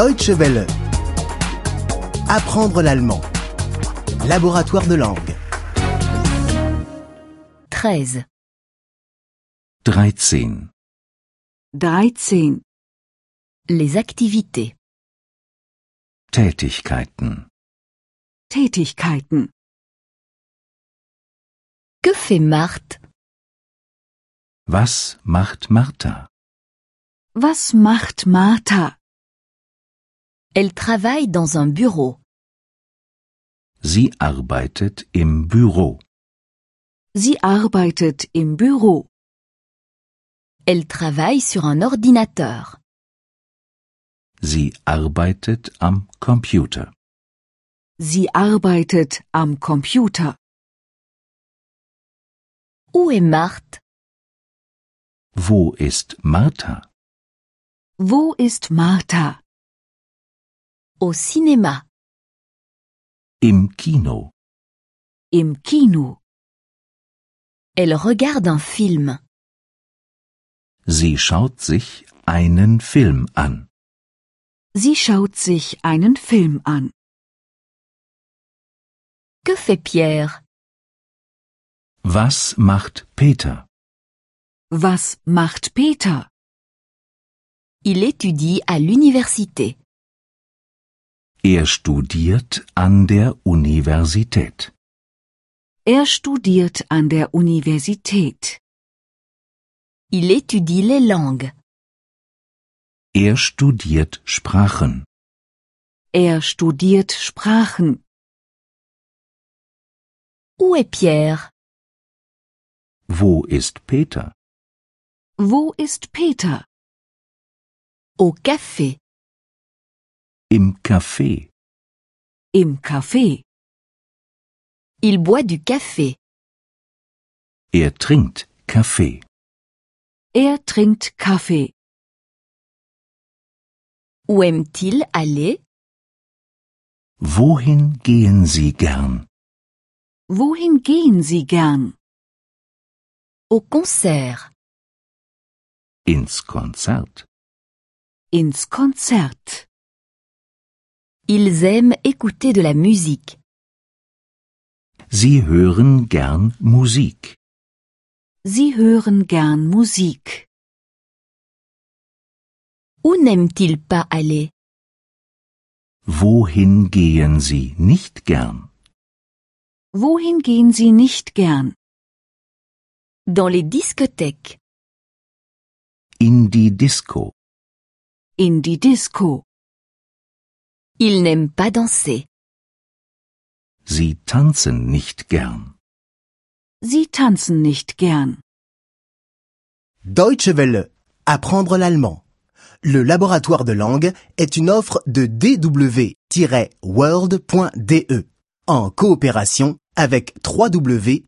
Deutsche Welle. Apprendre l'allemand. Laboratoire de langue. 13. 13. 13. Les activités. Tätigkeiten. Tätigkeiten. Que fait Marthe Was macht Martha? Was macht Martha? Elle travaille dans un bureau. Sie arbeitet im Büro. Sie arbeitet im Büro. Elle travaille sur un ordinateur. Sie arbeitet am Computer. Sie arbeitet am Computer. Où est Marthe Wo ist Martha? Wo ist Martha? Au cinéma. Im Kino. Im Kino. Elle regarde un film. Sie schaut sich einen Film an. Sie schaut sich einen Film an. Que fait Pierre Was macht Peter? Was macht Peter? Il étudie à l'université. Er studiert an der Universität. Er studiert an der Universität. Il étudie les langues. Er studiert Sprachen. Er studiert Sprachen. Où est Pierre Wo ist Peter? Wo ist Peter? Au café. Im Café. Im Café. Il boit du café. Er trinkt Kaffee. Er trinkt Kaffee. Où aime-t-il aller Wohin gehen Sie gern? Wohin gehen Sie gern? Au concert. Ins Konzert. Ins Konzert. Ils aiment écouter de la musique. Sie hören gern Musik. Sie hören gern Musik. Où n'aime-t-il pas aller Wohin gehen Sie nicht gern? Wohin gehen Sie nicht gern? Dans les discothèques. In die Disco. In die Disco. Il n'aime pas danser. Sie tanzen nicht gern. Sie tanzen nicht gern. Deutsche Welle. Apprendre l'allemand. Le laboratoire de langue est une offre de dw-world.de E en coopération avec www.book2.de.